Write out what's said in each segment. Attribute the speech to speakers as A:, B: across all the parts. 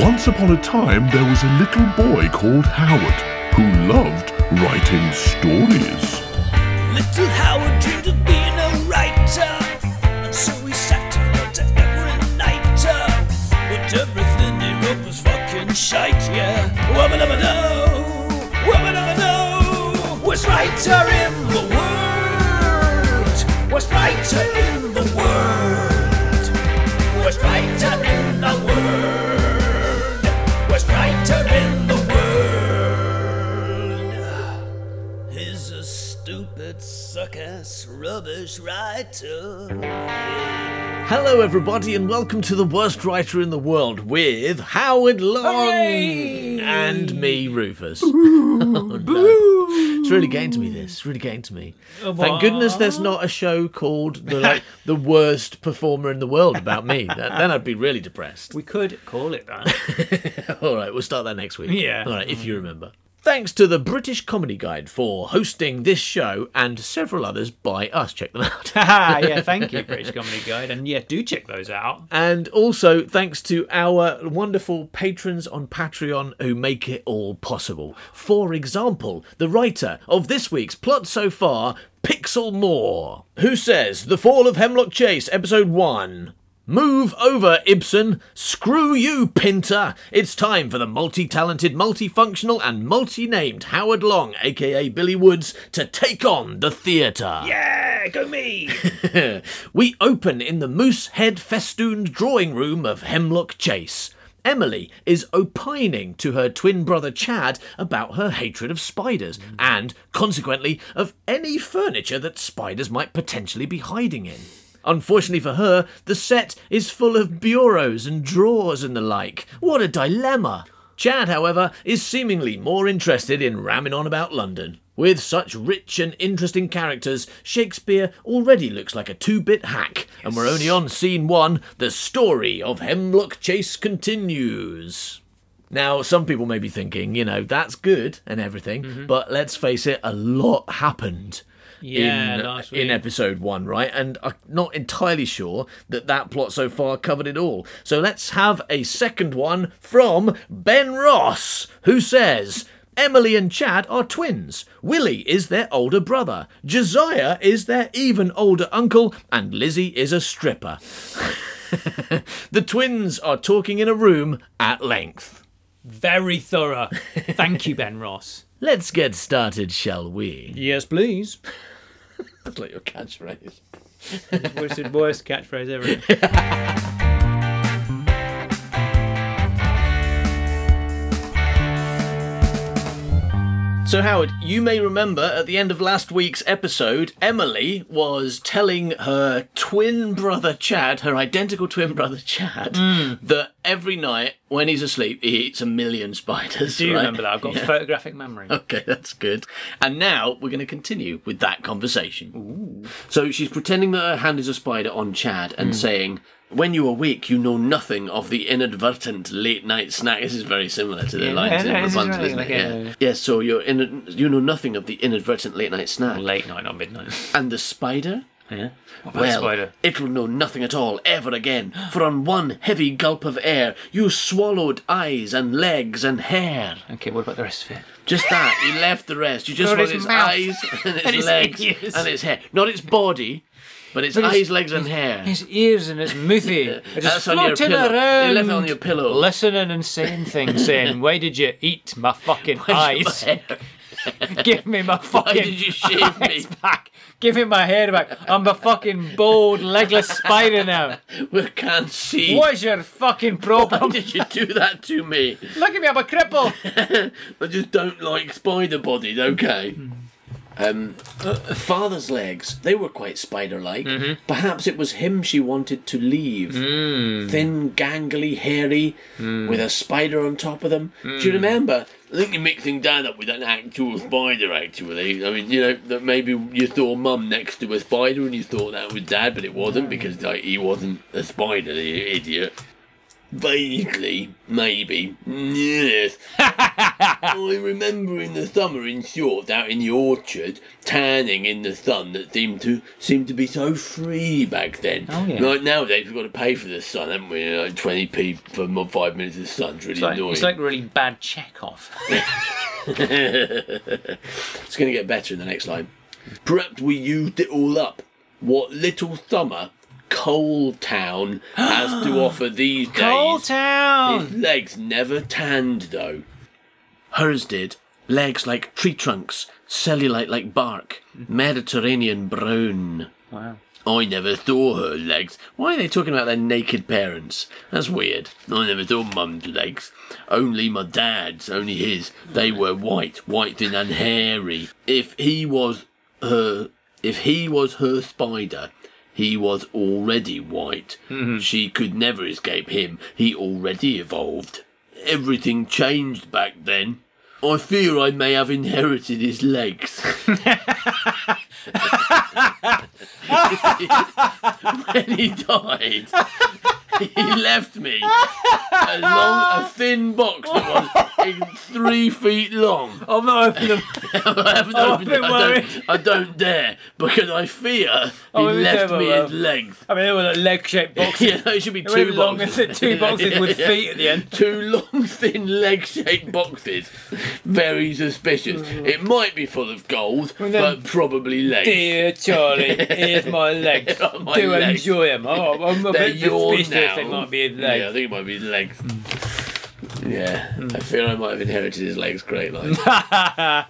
A: Once upon a time, there was a little boy called Howard who loved writing stories.
B: Little Howard dreamed of being a writer, and so he sat and wrote to every nighter. But everything he wrote was fucking shite, yeah. Wubba dubba do, wubba dubba do. Worst writer in the world. Worst writer in the world. Worst writer in the world. Worst writer in the world. He's a stupid, suck ass, rubbish writer.
C: Hello, everybody, and welcome to the worst writer in the world with Howard Long and me, Rufus. Oh, no. It's really getting to me. This it's really getting to me.
D: Oh,
C: Thank goodness there's not a show called the like, the worst performer in the world about me. That, then I'd be really depressed.
D: We could call it that.
C: All right, we'll start that next week.
D: Yeah. Mm.
C: All right, if you remember. Thanks to the British Comedy Guide for hosting this show and several others by us. Check them out.
D: Haha, yeah, thank you, British Comedy Guide. And yeah, do check those out.
C: And also, thanks to our wonderful patrons on Patreon who make it all possible. For example, the writer of this week's plot so far, Pixel Moore, who says The Fall of Hemlock Chase, Episode 1. Move over, Ibsen! Screw you, Pinter! It's time for the multi talented, multifunctional, and multi named Howard Long, aka Billy Woods, to take on the theatre.
B: Yeah, go me!
C: we open in the moose head festooned drawing room of Hemlock Chase. Emily is opining to her twin brother Chad about her hatred of spiders and, consequently, of any furniture that spiders might potentially be hiding in. Unfortunately for her, the set is full of bureaus and drawers and the like. What a dilemma! Chad, however, is seemingly more interested in ramming on about London. With such rich and interesting characters, Shakespeare already looks like a two bit hack, and we're only on scene one. The story of Hemlock Chase continues. Now, some people may be thinking, you know, that's good and everything,
D: Mm-hmm.
C: but let's face it, a lot happened
D: Yeah,
C: in,
D: last
C: in
D: week.
C: episode one, right? And I'm not entirely sure that that plot so far covered it all. So let's have a second one from Ben Ross, who says. Emily and Chad are twins. Willie is their older brother. Josiah is their even older uncle. And Lizzie is a stripper. the twins are talking in a room at length.
D: Very thorough. Thank you, Ben Ross.
C: Let's get started, shall we?
D: Yes, please.
C: That's like your catchphrase.
D: Which is worst catchphrase ever.
C: So, Howard, you may remember at the end of last week's episode, Emily was telling her twin brother Chad, her identical twin brother Chad,
D: Hmm.
C: that every night when he's asleep, he eats a million spiders.
D: Do you
C: right?
D: remember that? I've got photographic memory.
C: Okay, that's good. And now we're going to continue with that conversation. So she's pretending that her hand is a spider on Chad
D: Hmm.
C: and saying, When you awake, you know nothing of the inadvertent late night snack. This is very similar to the
D: Yeah,
C: lines in
D: no, this is
C: Rapunzel,
D: right,
C: isn't it?
D: like,
C: Yeah.
D: uh,
C: yeah. so you're in, you know nothing of the inadvertent late night snack.
D: Late night, not midnight.
C: And the spider?
D: Yeah. What about
C: Well,
D: spider?
C: it'll know nothing at all ever again, for on one heavy gulp of air, you swallowed eyes and legs and hair.
D: Okay, what about the rest of it?
C: Just that. He left the rest. You just
D: Not
C: want
D: his
C: its
D: mouth.
C: eyes and its,
D: And his
C: legs
D: ears.
C: and its hair. Not its body, but its
D: his-
C: eyes, legs, and hair.
D: His ears and his movie are just
C: That's on your
D: floating
C: pillow.
D: around.
C: You left it on your pillow.
D: Listening and saying things, saying, Why did you eat my fucking
C: My
D: eyes?
C: hair.
D: Give me my fucking
C: did you shave me?
D: eyes back. Give me my hair back. I'm a fucking bald, legless spider now.
C: We can't see.
D: What is your fucking
C: Why
D: problem?
C: did you do that to me?
D: Look at me, I'm a cripple.
C: I just don't like spider bodies, okay? Um, uh, father's legs, they were quite spider like. Perhaps it was him she wanted to leave. Thin, gangly, hairy, with a spider on top of them. Do you remember? I think you're mixing dad up with an actual spider, actually. I mean, you know, that maybe you saw mum next to a spider and you thought that was dad, but it wasn't because like, he wasn't a spider, you idiot. Vaguely, maybe. Yes.
E: I remember in the summer, in short, out in the orchard, tanning in the sun that seemed to seemed to be so free back then.
D: Oh, yeah.
E: Like nowadays, we've got to pay for the sun, haven't we? Like twenty p for mo- five minutes of sun. It's really
D: It's like,
E: annoying.
D: it's like really bad Chekhov.
E: It's going to get better in the next line. Perhaps we used it all up. What little summer Coal Town has to offer these
D: Coal
E: days.
D: Town!
E: His legs never tanned though.
C: Hers did. Legs like tree trunks, cellulite like bark, Mediterranean brown.
D: Wow.
C: I never saw her legs. Why are they talking about their naked parents? That's weird.
E: I never saw mum's legs. Only my dad's, only his. They were white, white thin and hairy. If he was her if he was her spider, he was already white. She could never escape him. He already evolved. Everything changed back then. I fear I may have inherited his legs. when he died, he left me a long, a thin box that was in three feet long.
D: I'm not opening them.
E: I haven't
D: Oh,
E: opened it.
D: don't
E: I
D: worry.
E: don't, I don't dare because I fear he
D: Oh, it was
E: left
D: never
E: me
D: well.
E: his legs.
D: I mean, they were like leg shaped boxes.
E: Yeah, it should be
D: They were
E: two
D: long,
E: boxes.
D: two boxes with
E: Yeah.
D: feet at the end.
E: Two long, thin leg-shaped boxes. Very suspicious. It might be full of gold,
D: then-
E: but probably legs.
D: Dear Charlie, here's my legs.
E: Here are my
D: Do
E: legs.
D: enjoy them. Oh, I'm a
E: They're
D: bit
E: yours
D: suspicious
E: now.
D: they might be Hmm. his
E: Yeah, I
D: legs.
E: think it might be his legs. Yeah, I fear I might have inherited his legs. Great line.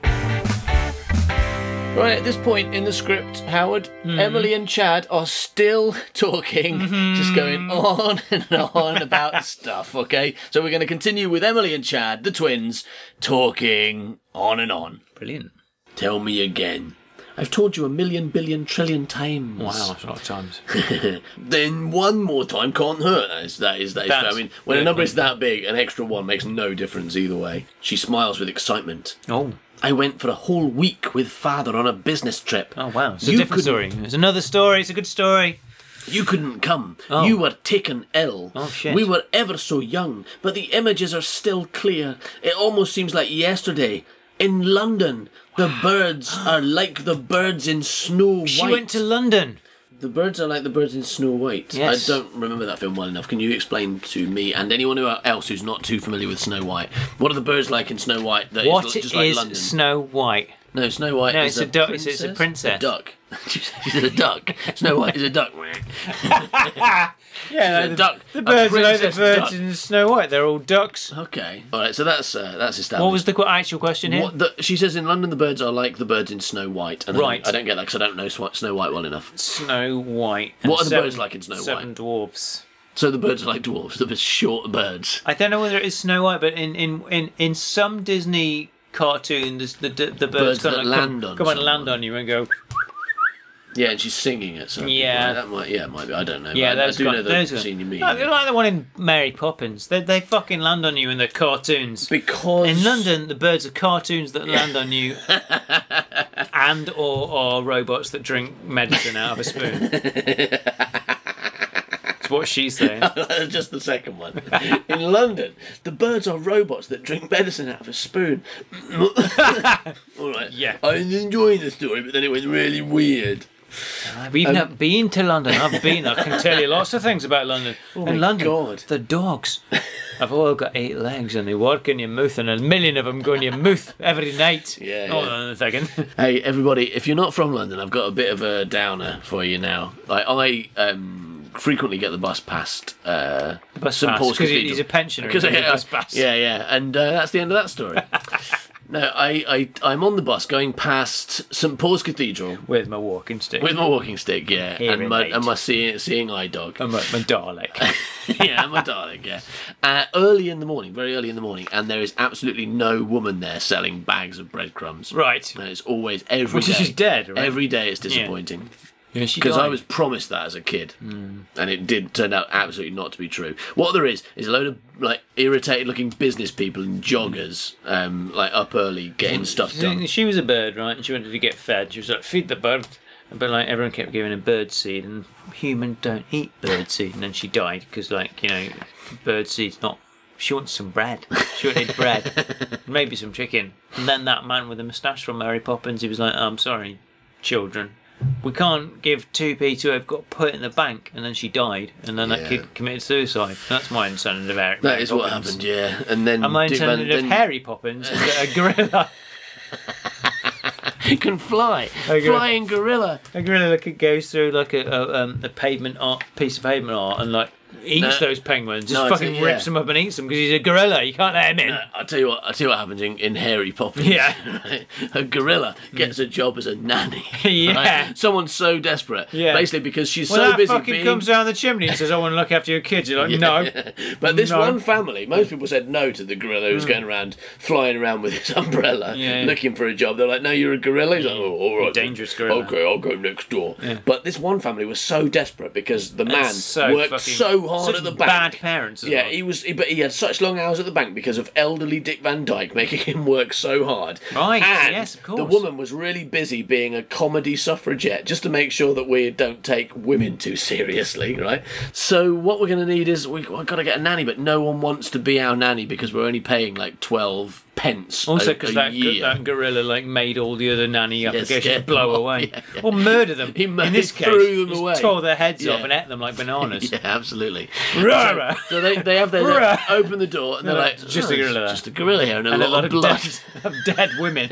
C: Right at this point in the script, Howard,
D: Hmm.
C: Emily, and Chad are still talking, just
D: Hmm.
C: going on and on about stuff, okay? So we're going to continue with Emily and Chad, the twins, talking on and on.
D: Brilliant.
E: Tell me again.
C: I've told you a million, billion, trillion times.
D: Wow, that's a lot of times.
E: Then one more time can't hurt. That is, that is, that is
D: That's-
E: I mean, when a
D: yeah.
E: number is that big, an extra one makes no difference either way.
C: She smiles with excitement.
D: Oh,
C: I went for a whole week with father on a business trip.
D: oh wow. It's
C: You
D: a different story. It's another story. It's a good story.
C: You couldn't come.
D: Oh.
C: You were taken ill.
D: Oh, shit.
C: We were ever so young, but the images are still clear. It almost seems like yesterday. In London, the birds are like the birds in Snow White.
D: She went to London.
C: The birds are like the birds in Snow White.
D: Yes.
C: I don't remember that film well enough. Can you explain to me and anyone who- else who's not too familiar with Snow White? What are the birds like in Snow White that is
D: What
C: l-
D: is,
C: just like London?
D: Snow White?
C: no, Snow White
D: No,
C: is
D: it's a duck- it's- it's a princess.
C: duck. She's a duck. Snow White is a duck.
D: Yeah,
C: A duck.
D: The
C: A
D: birds are like the
C: princess
D: birds
C: duck.
D: in Snow White. They're all ducks.
C: Okay. All right. So that's uh, that's established.
D: What was the qu- actual question here?
C: What the, she says in London, the birds are like the birds in Snow White. And I don't-
D: Right.
C: I don't get that because I don't know Sw- Snow White well enough.
D: Snow White.
C: What
D: and
C: are the birds like in Snow
D: Seven
C: White?
D: dwarfs.
C: So the birds are like dwarfs, the short birds.
D: I don't know whether it is Snow White, but in in in, in some Disney cartoons, the the, the
C: Birds
D: birds, kind
C: that
D: of like
C: land
D: come,
C: on
D: come and
C: someone.
D: land on you and go.
C: Yeah, and she's singing it. So
D: Yeah.
C: Right, that might. Yeah, it might be. I don't know. but
D: Yeah,
C: I, I
D: those
C: do
D: got-
C: know the
D: those are-
C: scene you mean.
D: No, they're like the one in Mary Poppins. They they fucking land on you in the cartoons.
E: Because
D: in London, the birds are cartoons that land on you, and or are robots that drink medicine out of a spoon. That's what she's saying.
E: just the second one. In London, the birds are robots that drink medicine out of a spoon. All right.
D: Yeah.
E: I was enjoying the story, but then it went really weird.
D: We've not been to London. I've been. I can tell you lots of things about London. in
E: my
D: London,
E: God.
D: the dogs have all got eight legs and they work in your mouth, and a million of them go in your mouth every night.
E: Yeah,
D: Hold
E: yeah.
D: on a second.
C: Hey, everybody, if you're not from London, I've got a bit of a downer for you now. Like, I um, frequently get the bus past uh,
D: bus
C: St
D: pass,
C: Paul's
D: 'cause he-
C: Cathedral.
D: he's a pensioner,
C: Because I
D: he's a
C: get
D: bus pass.
C: Yeah, yeah. And uh, that's the end of that story. no, I, I, I'm on the bus going past St Paul's Cathedral
D: Where's my walking stick?
C: with my walking stick, yeah, and
D: Hearing
C: my,
D: aid.
C: and my seeing, seeing eye dog.
D: I'm at my Dalek.
C: yeah, my darling, yeah. Uh, early in the morning, very early in the morning, and there is absolutely no woman there selling bags of breadcrumbs.
D: right.
C: And it's always every
D: Which is
C: day-
D: just dead, right?
C: Every day it's disappointing.
D: Yeah, she
C: Because I
D: died.
C: was promised that as a kid,
D: Hmm.
C: and it did turn out absolutely not to be true. What there is is a load of like irritated-looking business people and joggers, um, like up early getting stuff done.
D: She was a bird, right? And she wanted to get fed. She was like, feed the bird. But like everyone kept giving her bird seed, and human don't eat bird seed. And then she died because like you know, bird seed's not She wants some bread. She wanted bread, maybe some chicken. And then that man with the moustache from Mary Poppins, he was like, "I'm sorry, children, we can't give two p to her. I've got put in the bank." And then she died, and then
E: Yeah.
D: that kid committed suicide. That's my understanding of Harry.
E: That
D: Mary
E: is what
D: Poppins.
E: happened, yeah. And then
D: And my
E: Dick Van-
D: understanding of
E: then-
D: Harry Poppins is that a gorilla,
E: He can fly,
D: Okay.
E: flying gorilla.
D: a gorilla like goes through like a, a, um, a pavement art piece of pavement art and like eats
E: No.
D: those penguins, just
E: No, I
D: fucking
E: tell-
D: rips
E: yeah.
D: them up and eats them because he's a gorilla. You can't let him in.
E: I'll tell you what. I'll tell you what happens in, in Harry Poppins.
D: Yeah. Hmm.
E: right? a gorilla gets a job as a nanny.
D: Yeah.
E: right? someone's so desperate.
D: Yeah.
E: basically because she's
D: Well,
E: so
D: that
E: busy
D: fucking
E: being.
D: comes down the chimney and says, "I want to look after your kids." You're like, "No."
E: but this
D: No. Mm.
E: one family, most people said no to the gorilla who's going around flying around with his umbrella,
D: Yeah. Mm.
E: looking for a job. They're like, "No, you're a gorilla." He's like, "Oh, all right,
D: Dangerous gorilla.
E: Okay, I'll go next door." But this one family was so desperate because the man
D: so
E: worked
D: fucking-
E: so hard
D: such
E: at the bank.
D: bad parents. As
E: Yeah,
D: well.
E: he was, he, but he had such long hours at the bank because of elderly Dick Van Dyke making him work so hard.
D: Right,
E: and
D: yes, of course.
E: The woman was really busy being a comedy suffragette just to make sure that we don't take women too seriously, right? So what we're going to need is we, we've got to get a nanny, but no one wants to be our nanny because we're only paying like twelve pence
D: also
E: a, a
D: because that,
E: year.
D: that gorilla like made all the other nanny applications
E: yeah,
D: blow
E: well,
D: away
E: yeah, yeah.
D: or murder them.
E: He mur-
D: In this
E: he
D: case,
E: threw them
D: he
E: away.
D: tore their heads off
E: Yeah.
D: and ate them like bananas.
E: yeah, absolutely.
D: Rah,
E: So-
D: rah.
E: So they, they have their
D: Rah.
E: open the door and they're
D: They're
E: like,
D: like, "Just a
E: "Oh,
D: gorilla."
E: just a gorilla here, and a,
D: And
E: lot, of blood.
D: dead, of dead women.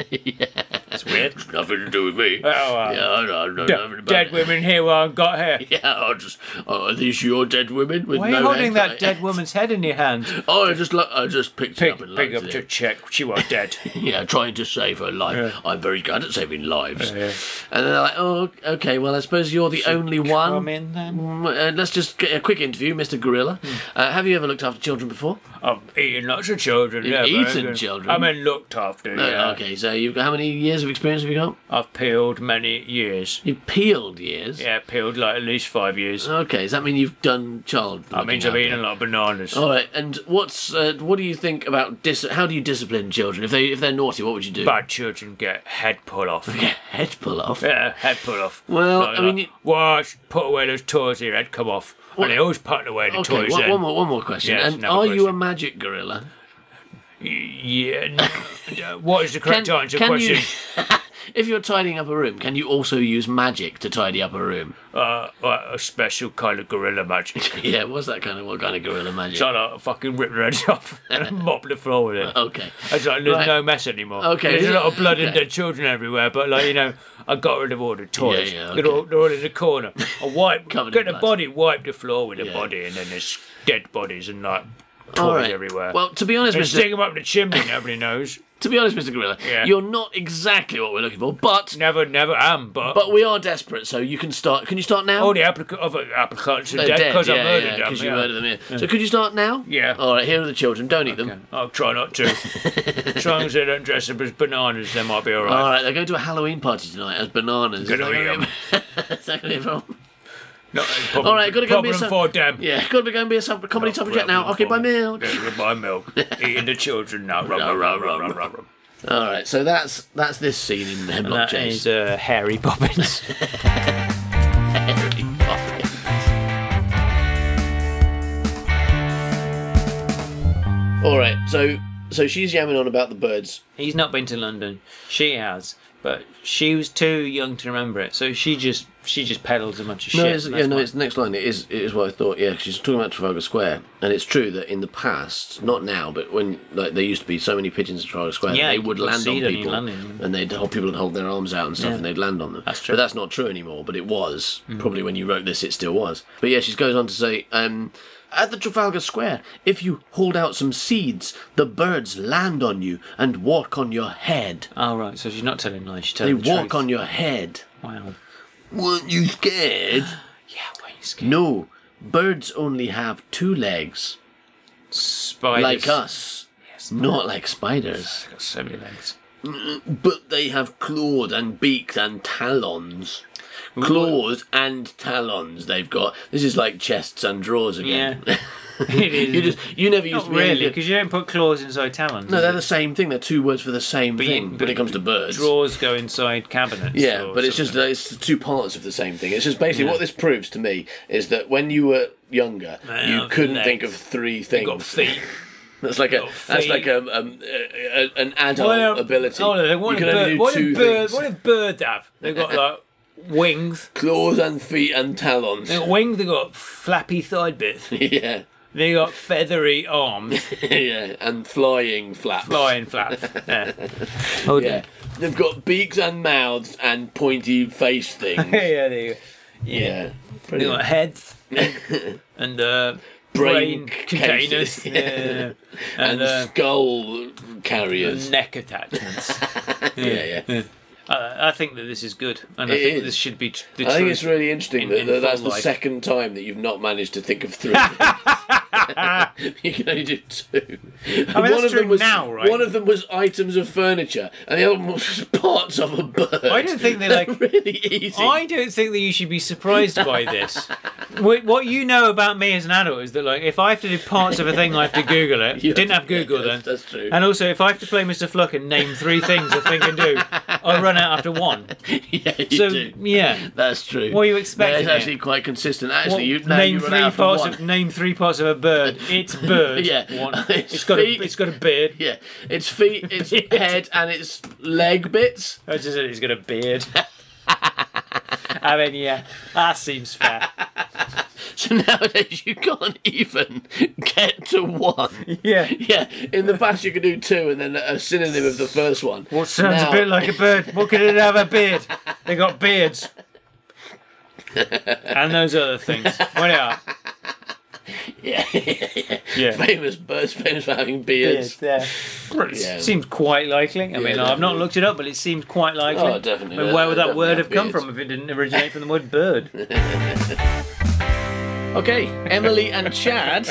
D: It's weird.
E: Nothing to do with me.
D: Oh, uh,
E: Yeah, I know, I know
D: de-
E: nothing about
D: dead
E: it.
D: women here while I've got here.
E: Yeah, I just. Oh, are these your dead women with
D: Why are
E: no
D: you holding
E: heads?
D: that dead woman's head in your hand?
E: Oh, I just, lo- I just picked it
D: Pick,
E: up and
D: pick
E: looked
D: up
E: at
D: to
E: it.
D: check. She was dead.
E: Yeah, trying to save her life.
D: Yeah.
E: I'm very good at saving lives. And they're like, oh, okay. Well, I suppose you're the only
D: Come
E: one.
D: in then. Hmm.
E: Mm, uh, let's just get a quick interview, Mr. Gorilla. Uh, have you ever looked after children before?
D: I've eaten lots of children.
E: You've
D: yeah, very
E: eaten
D: good.
E: children?
D: I mean, looked after.
E: Uh,
D: yeah.
E: Okay, so you've got how many years of experience have you got?
D: I've peeled many years.
E: You've peeled years.
D: Yeah, peeled like at least five years.
E: Okay, does that mean you've done child?
D: that means I've eaten a lot of bananas.
E: All right, and what's uh, what do you think about dis? How do you discipline children if they if they're naughty? What would you do?
D: Bad children get head pull off.
E: Yeah, head pull off.
D: yeah, head pull off.
E: Well,
D: Like
E: I mean,
D: that.
E: you-
D: wash, put away those toys. Your head come off. and they always put away the
E: Okay,
D: toys.
E: one,
D: then.
E: one more one more question.
D: Yes,
E: and
D: another
E: are you a
D: question.
E: magic gorilla?
D: Yeah. n- what is the correct
E: Can-
D: answer
E: can
D: question?
E: you- if you're tidying up a room, can you also use magic to tidy up a room?
D: Uh, uh, a special kind of gorilla magic.
E: Yeah, what's that kind of what kind of gorilla magic?
D: Trying to fucking rip their heads off and mop the floor with it.
E: Okay.
D: It's like there's
E: Right.
D: no mess anymore.
E: Okay.
D: There's a lot of blood and
E: Okay.
D: dead children everywhere, but like you know, I got rid of all the toys.
E: Yeah, yeah,
D: they're,
E: okay.
D: all, they're all in the corner. I wipe,
E: Covered
D: get
E: in
D: the
E: blood.
D: body, wipe the floor with the
E: Yeah.
D: body, and then there's dead bodies and like toys
E: All right.
D: everywhere.
E: Well, to be honest,
D: they
E: Mr.
D: stick them up the chimney. Nobody knows.
E: to be honest, Mr. Gorilla,
D: Yeah.
E: you're not exactly what we're looking for, but
D: Never, never am. But,
E: but we are desperate, so you can start. Can you start now?
D: all the applica- other applicants are
E: They're
D: dead because
E: yeah,
D: I murdered
E: yeah,
D: them.
E: 'cause you
D: yeah.
E: murdered them. Yeah. So could you start now?
D: Yeah.
E: All right. Here are the children. Don't eat them.
D: I'll try not to. as long as they don't dress up as bananas, they might be all right.
E: All right, they're going to a Halloween party tonight as bananas.
D: Gonna
E: Is that
D: eat 'em.
E: be- Is that gonna be a problem?
D: Not a uh, problem,
E: All right, gotta go be
D: problem
E: some-
D: for them.
E: Yeah, got to be going to be a sub- comedy
D: Not
E: suffragette now.
D: problem
E: Okay,
D: for
E: bye,
D: me.
E: milk.
D: Yeah, buy milk. Eating the children now. Rum,
E: Rum,
D: rum,
E: rum,
D: rum, rum,
E: rum,
D: rum, rum.
E: All right, so that's that's this scene in
D: That
E: Hemlock
D: is
E: Chase.
D: uh, Harry Poppins.
E: All right, so so she's yamming on about the birds.
D: He's not been to London. She has, but she was too young to remember it. So she just she just peddles a bunch of
E: No,
D: shit.
E: it's,
D: and
E: yeah,
D: that's
E: no,
D: why-
E: it's the next line. It is, it is what I thought. Yeah, 'cause she's talking about Trafalgar Square, and it's true that in the past, not now, but when like there used to be so many pigeons at Trafalgar Square,
D: Yeah,
E: they
D: you
E: would
D: would
E: land
D: see
E: on
D: them, you'd
E: people,
D: land on them.
E: and they'd hold people would hold their arms out and stuff,
D: Yeah.
E: and they'd land on them.
D: That's true. Mm.
E: But that's not true anymore. But it was probably when you wrote this, it still was. But yeah, she goes on to say. Um, at the Trafalgar Square, if you hold out some seeds, the birds land on you and walk on your head.
D: Oh right, so she's not telling lies. She's
E: They
D: telling the
E: walk
D: truth.
E: on your head.
D: Wow.
E: Weren't you scared?
D: Yeah, wait, it's
E: No, birds only have two legs,
D: spiders.
E: like us, not like spiders.
D: Got so many legs.
E: But they have clawed and beaked and talons. Claws and talons they've got. This is like chests and drawers again.
D: It is.
E: you just you never used
D: not
E: to be able
D: really,
E: to-
D: because you don't put claws inside talons.
E: No,
D: is
E: they're
D: it?
E: the same thing. They're two words for the same
D: But you-
E: thing
D: but
E: when it comes to birds.
D: Drawers go inside cabinets.
E: Yeah,
D: or
E: but it's just
D: something.
E: uh, it's two parts of the same thing. It's just basically what this proves to me is that when you were younger,
D: I
E: you
D: have
E: couldn't think of
D: legs.
E: three things.
D: got feet.
E: That's like a that's
D: feet.
E: like um, um, uh, uh, an adult
D: Why don't-
E: ability.
D: Hold on, what
E: you
D: a
E: can
D: bird,
E: only do
D: what a
E: two
D: bird,
E: things:
D: what a bird have? They've got like wings.
E: claws and feet and talons.
D: They've got wings, they've got flappy side bits.
E: yeah,
D: They've got feathery arms,
E: yeah, and flying flaps.
D: flying flaps. Yeah. Hold
E: Yeah,
D: on.
E: they've got beaks and mouths and pointy face things.
D: yeah, there you go.
E: yeah,
D: They've got heads and uh, brain,
E: Brain
D: containers.
E: cases.
D: Yeah, yeah, yeah.
E: and
D: And, uh,
E: skull carriers.
D: neck attachments.
E: yeah, yeah.
D: I, I think that this is good, and I
E: It
D: think
E: is.
D: this should be tr- the
E: I think
D: truth.
E: it's really interesting
D: in-
E: that,
D: in
E: that that's
D: full
E: the
D: life.
E: second time that you've not managed to think of three. you can only do two. I
D: that's true now, right?
E: One of them was items of furniture, and the other one was parts of a bird.
D: I don't think they like.
E: really easy.
D: I don't think that you should be surprised by this. Wh- what you know about me as an adult is that, like, if I have to do parts of a thing, I have to Google it.
E: You
D: Didn't have Google then.
E: That's, that's true.
D: And also, if I have to play Mr. Fluck and name three things a thing can do, I run out after one.
E: yeah, you
D: So
E: do.
D: yeah,
E: That's true.
D: What are you expecting
E: That's
D: here?
E: actually quite consistent. Actually,
D: Well,
E: you now
D: name
E: you run
D: three
E: out for
D: parts
E: one.
D: of name three parts of a bird. It's bird.
E: Yeah.
D: one.
E: It's
D: it's got a,
E: feet.
D: it's got a beard.
E: Yeah, its feet, its head, and its leg bits.
D: I just said he's got a beard. I mean, yeah, that seems fair.
E: So nowadays you can't even get to one.
D: Yeah.
E: Yeah, in the past you could do two and then a synonym of the first one.
D: What sounds
E: Now-
D: a bit like a bird? What could it have a beard? They got beards. and those other things. What are
E: Yeah, yeah, yeah.
D: Yeah.
E: Famous birds, famous for having beards.
D: yeah. Seems quite likely. I mean, I've not
E: definitely.
D: looked it up, but it seems quite likely.
E: Oh, definitely.
D: I mean, where would that
E: Definitely
D: word
E: have
D: have come
E: beards.
D: from if it didn't originate from the word bird?
E: Okay, Emily and Chad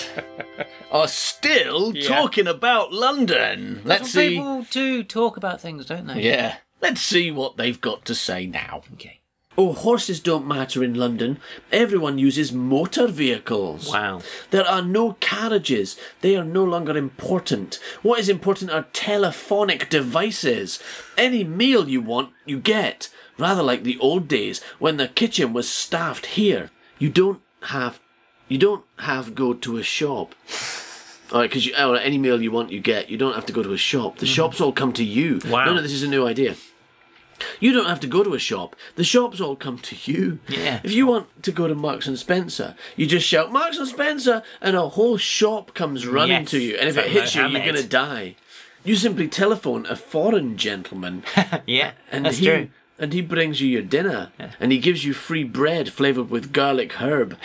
E: are still talking about London. Let's see.
D: People do talk about things, don't they?
E: Yeah. Let's see what they've got to say now. Okay. Oh, horses don't matter in London. Everyone uses motor vehicles.
D: Wow.
E: There are no carriages. They are no longer important. What is important are telephonic devices. Any meal you want, you get. Rather like the old days when the kitchen was staffed here. You don't have, you don't have go to a shop. All right, because you, all right, any meal you want, you get. You don't have to go to a shop. The shops all come to you.
D: Wow.
E: No, no, this is a new idea. You don't have to go to a shop. The shops all come to you.
D: Yeah.
E: If you want to go to Marks and Spencer, you just shout Marks and Spencer, and a whole shop comes running
D: Yes.
E: to you. And if it
D: Like
E: hits you, you're
D: Mohammed.
E: gonna die. You simply telephone a foreign gentleman,
D: Yeah,
E: and
D: that's
E: he
D: true.
E: and he brings you your dinner, and he gives you free bread flavored with garlic herb.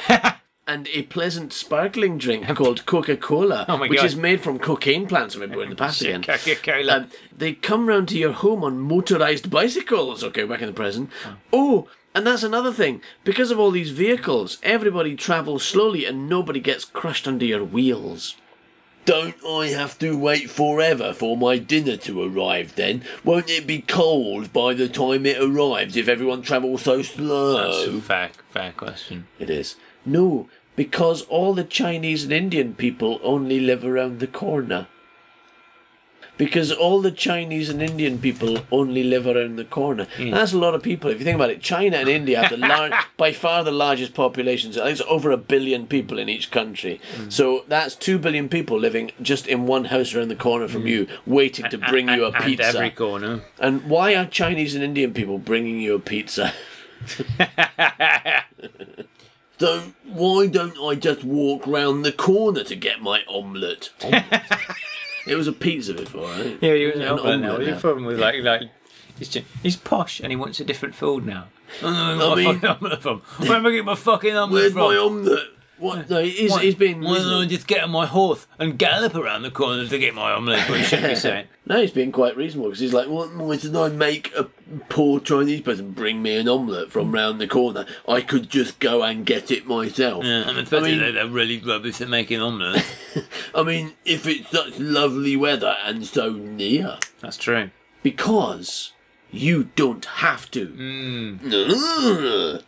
E: And a pleasant sparkling drink called Coca Cola,
D: Oh my
E: which
D: God.
E: is made from cocaine plants. I mean, we're in the past again.
D: Coca-Cola.
E: Um, they come round to your home on motorised bicycles. Okay, back in the present. Oh. and that's another thing. Because of all these vehicles, everybody travels slowly and nobody gets crushed under your wheels. Don't I have to wait forever for my dinner to arrive then? Won't it be cold by the time it arrives if everyone travels so slow?
D: fair, fair question.
E: It is. No, because all the Chinese and Indian people only live around the corner. Because all the Chinese and Indian people only live around the corner.
D: Hmm.
E: That's a lot of people. If you think about it, China and India have the lar- by far the largest populations. I think it's over a billion people in each country.
D: Hmm.
E: So that's two billion people living just in one house around the corner from you, waiting to bring you a
D: Hmm. and
E: pizza.
D: every corner.
E: And why are Chinese and Indian people bringing you a pizza? don't why don't I just walk round the corner to get my omelette? Omelette. it was a pizza before, right?
D: Yeah, you
E: An
D: know,
E: omelette
D: now. What's
E: now.
D: your problem with like like? He's, just, he's posh and he wants a different food now. I don't know where
E: I
D: my
E: mean-
D: fucking omelette from. Where am I getting my fucking omelette
E: Where's
D: from?
E: my omelette? What? No, he's, he's been.
D: Why don't I just get on my horse and gallop around the corner to get my omelette? What should be saying?
E: No, he's being quite reasonable because he's like, well, why did I make a poor Chinese person bring me an omelette from
D: Mm.
E: round the corner? I could just go and get it myself.
D: Yeah, I'm especially
E: mean-
D: though, they're really rubbish at making omelettes.
E: I mean, if it's such lovely weather and so near.
D: That's true.
E: because you don't have to.
D: Hmm.
E: Mm.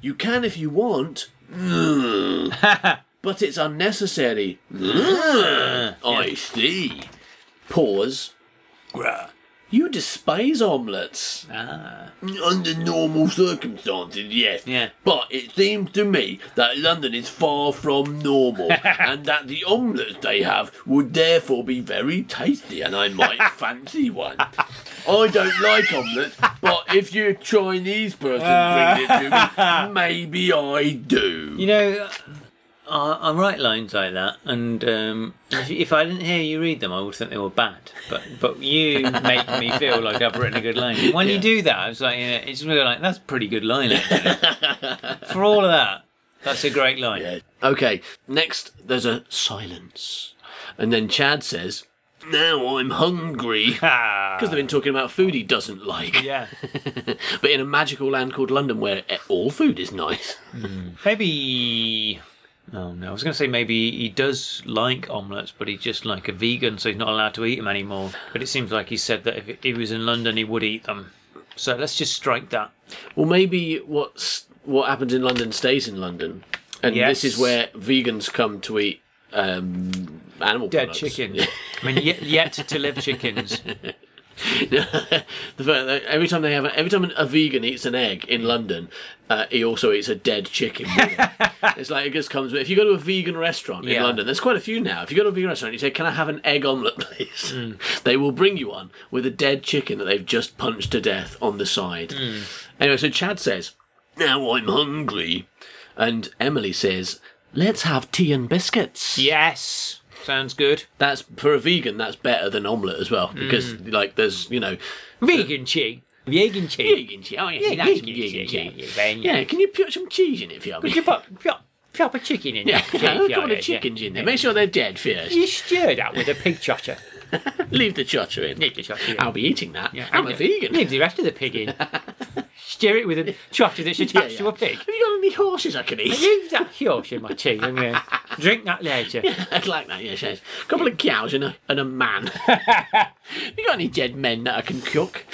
E: you can if you want, Mm. but it's unnecessary. Mm. I see. Pause.
D: Rah.
F: You despise omelets.
D: Ah.
G: Under normal circumstances, yes.
D: Yeah.
G: But it seems to me that London is far from normal and that the omelettes they have would therefore be very tasty and I might fancy one. I don't like omelettes, but if you're a Chinese person brings it to me, maybe I do.
D: You know, I, I write lines like that, and um, if, if I didn't hear you read them, I would think they were bad. But but you make me feel like I've written a good line. When you do that, I was like, yeah, it's really like that's a pretty good line. Actually. For all of that, that's a great line.
G: Yeah.
E: Okay, next there's a silence. And then Chad says,
G: Now I'm hungry.
D: Ah.
E: because they've been talking about food he doesn't like,
D: Yeah.
E: but in a magical land called London where eh, all food is nice.
D: Maybe. Oh no, I was going to say maybe he does like omelettes, but he's just like a vegan, so he's not allowed to eat them anymore. But it seems like he said that if he was in London, he would eat them. So let's just strike that.
E: Well, maybe what's what happens in London stays in London, and
D: Yes.
E: this is where vegans come to eat um, animal
D: Dead
E: products.
D: chicken. I mean, yet, yet to live chickens.
E: The fact that every time they have a, every time a vegan eats an egg in London, uh, he also eats a dead chicken. with it. it's like it just comes. with- If you go to a vegan restaurant in
D: Yeah.
E: London, there's quite a few now. If you go to a vegan restaurant, and you say, "Can I have an egg omelette, please?" They will bring you one with a dead chicken that they've just punched to death on the side. Anyway, so Chad says,
G: Now I'm hungry.
E: and Emily says, "Let's have tea and biscuits."
D: Yes, sounds good.
E: That's for a vegan. That's better than omelette as well because like there's you know
D: Vegan cheese. Vegan cheese.
E: vegan cheese. Oh, yeah,
D: Yeah,
E: nice
D: vegan
E: vegan
D: cheese,
E: cheese.
D: yeah, yeah, vegan.
E: Yeah, can you put some cheese in it for me?
D: Could you put, put, put a chicken in
E: Yeah,
D: there?
E: yeah, a
D: yeah,
E: couple
D: yeah.
E: of chickens in there. Make sure they're dead first.
D: You stir that with a pig chotter.
E: Leave the chotter in.
D: Pig chotter, yeah.
E: I'll be eating that. I'm a
D: and
E: vegan.
D: Leave the rest of the pig in. Stir it with a chotter that's attached
E: Yeah, yeah.
D: to a pig.
E: Have you got any horses I can eat?
D: Leave that horse in my tea. I'm going to drink that later.
E: I'd like that, yes, yes. A couple of cows and a, and a man. Have you got any dead men that I can cook?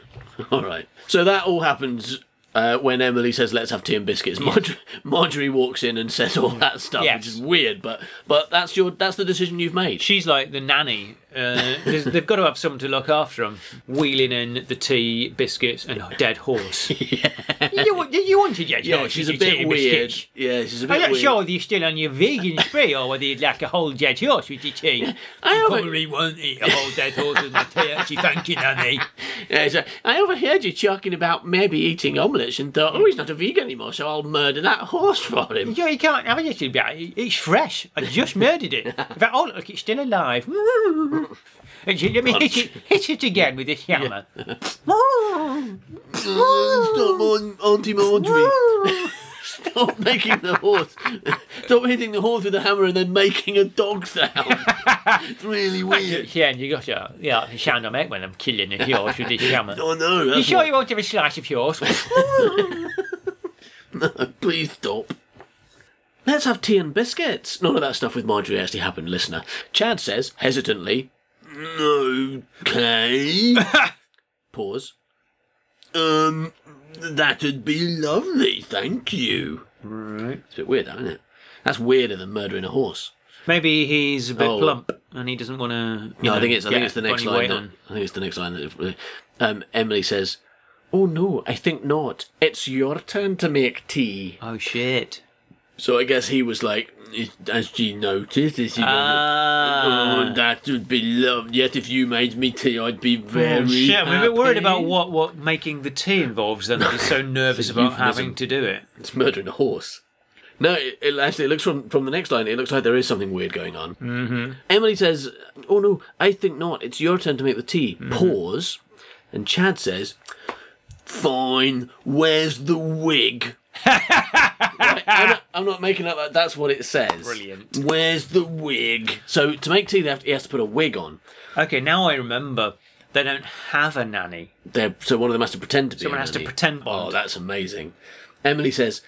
E: all right. So that all happens uh, when Emily says, let's have tea and biscuits. Marge- Marjorie walks in and says all that stuff,
D: Yes.
E: which is weird, but but that's your that's the decision you've made.
D: She's like the nanny. Uh, there's- they've got to have someone to look after them. Wheeling in the tea, biscuits, and a dead horse. you, want- you want a dead
E: yeah,
D: horse?
E: she's
D: in
E: a
D: your tea
E: bit
D: and
E: weird.
D: biscuits?
E: Oh, Yeah, she's a bit
D: I'm not
E: weird.
D: sure whether you're still on your vegan spree or whether you'd like a whole dead horse with your tea.
E: I
D: You
E: have a-
D: probably won't eat a whole dead horse with my tea. Actually, thank you, nanny.
E: Yeah, so I overheard you talking about maybe eating omelettes and thought, oh, he's not a vegan anymore, so I'll murder that horse for him.
D: Yeah, you can't have a little bit. It's fresh. I just murdered it. In fact, oh look, it's still alive. And she- let me hit it, hit it again with this hammer.
G: Stop, Mon- Auntie Marjorie.
E: Stop making the horse. Stop hitting the horse with a hammer and then making a dog sound.
G: It's really weird.
D: Yeah, and you got to, yeah, the sound I make when I'm killing a horse with this hammer.
E: Oh,
G: I know.
D: You
E: er
G: That's
D: sure you won't have a slice of yours?
G: Please stop.
E: Uh, Let's have tea and biscuits. None of that stuff with Marjorie actually happened, listener. Chad says, hesitantly,
G: Okay.
E: pause.
G: um, that'd be lovely, thank you.
E: It's a bit weird, that, isn't it? That's weirder than murdering a horse.
D: Maybe he's a bit
E: Oh.
D: plump and he doesn't want to.
E: No, I think it's I think it's the er next line. That, I think it's the next line that um, Emily says, "Oh no, I think not. It's your turn to make tea."
D: Oh shit!
G: So I guess he was like, "Is- has she noticed? Is he gonna-
D: Ah.
G: oh, that would be lovely. Yet if you made me tea, I'd be very.
D: Oh, Shit, I'm a bit worried about
G: happy."
D: what, what making the tea involves then. I'm so nervous about having to do it.
E: It's murdering a horse. No, it, it actually it looks from from the next line. It looks like there is something weird going on. Mm-hmm. Emily says, "Oh no, I think not. It's your turn to make the tea." Pause, and Chad says,
G: Fine. Where's the wig?
E: I'm not, "I'm not making up that. That's what it says."
D: Brilliant.
G: Where's the wig?
E: So to make tea, they have to, he has to put a wig on.
D: Okay, now I remember. They don't have a nanny.
E: They're, so one of them has to pretend to be.
D: Someone
E: a
D: has to
E: nanny.
D: pretend
E: Oh,
D: bond.
E: that's amazing. Emily says,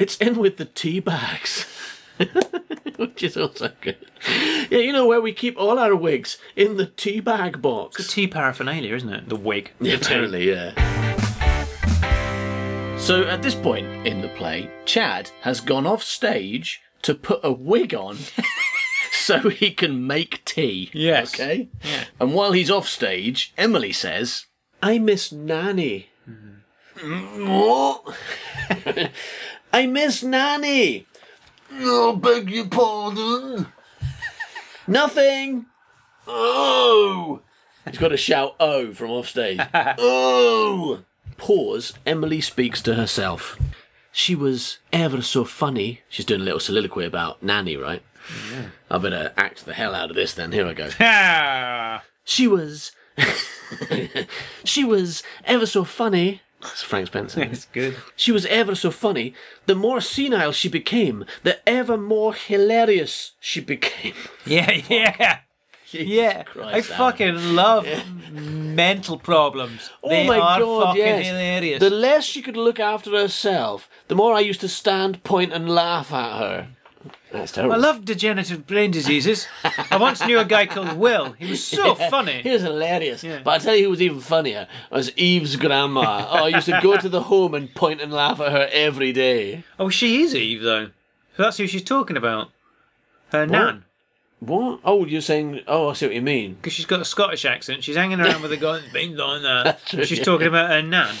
E: "It's in with the tea bags," which is also good. Yeah, you know where we keep all our wigs in the tea bag box.
D: tea paraphernalia, isn't it? The wig.
E: Yeah, apparently, yeah. So at this point in the play, Chad has gone off stage to put a wig on so he can make tea.
D: Yes.
E: Okay? Yeah. And while he's off stage, Emily says, I miss Nanny. What? I miss Nanny.
H: I beg your pardon.
E: Nothing.
H: Oh,
E: He's got to shout oh from off stage.
H: oh.
E: Pause. Emily speaks to herself. She was ever so funny. She's doing a little soliloquy about Nanny, right? I better act the hell out of this then. Here I go.
D: Ah,
E: She was. she was ever so funny. That's Frank Spencer.
D: that's good.
E: She was ever so funny. The more senile she became, the ever more hilarious she became.
D: Yeah, yeah. Yeah, I
E: Christ, Alan.
D: fucking love mental problems.
E: Oh
D: they
E: my
D: are
E: god,
D: fucking
E: yes.
D: hilarious.
E: The less she could look after herself, the more I used to stand, point, and laugh at her. That's terrible.
D: I love degenerative brain diseases. I once knew a guy called Will. He was so
E: He
D: Oh, funny.
E: was hilarious. But I tell you who was even funnier was Eve's grandma. oh, I used to go to the home and point and laugh at her every day.
D: Oh, she is Eve though. So that's who she's talking about. Her nan,
E: What? Oh, you're saying. Oh, I see what you mean.
D: because she's got a Scottish accent. She's hanging around with a guy that's been down there.
E: true,
D: and she's
E: yeah.
D: talking about her nan.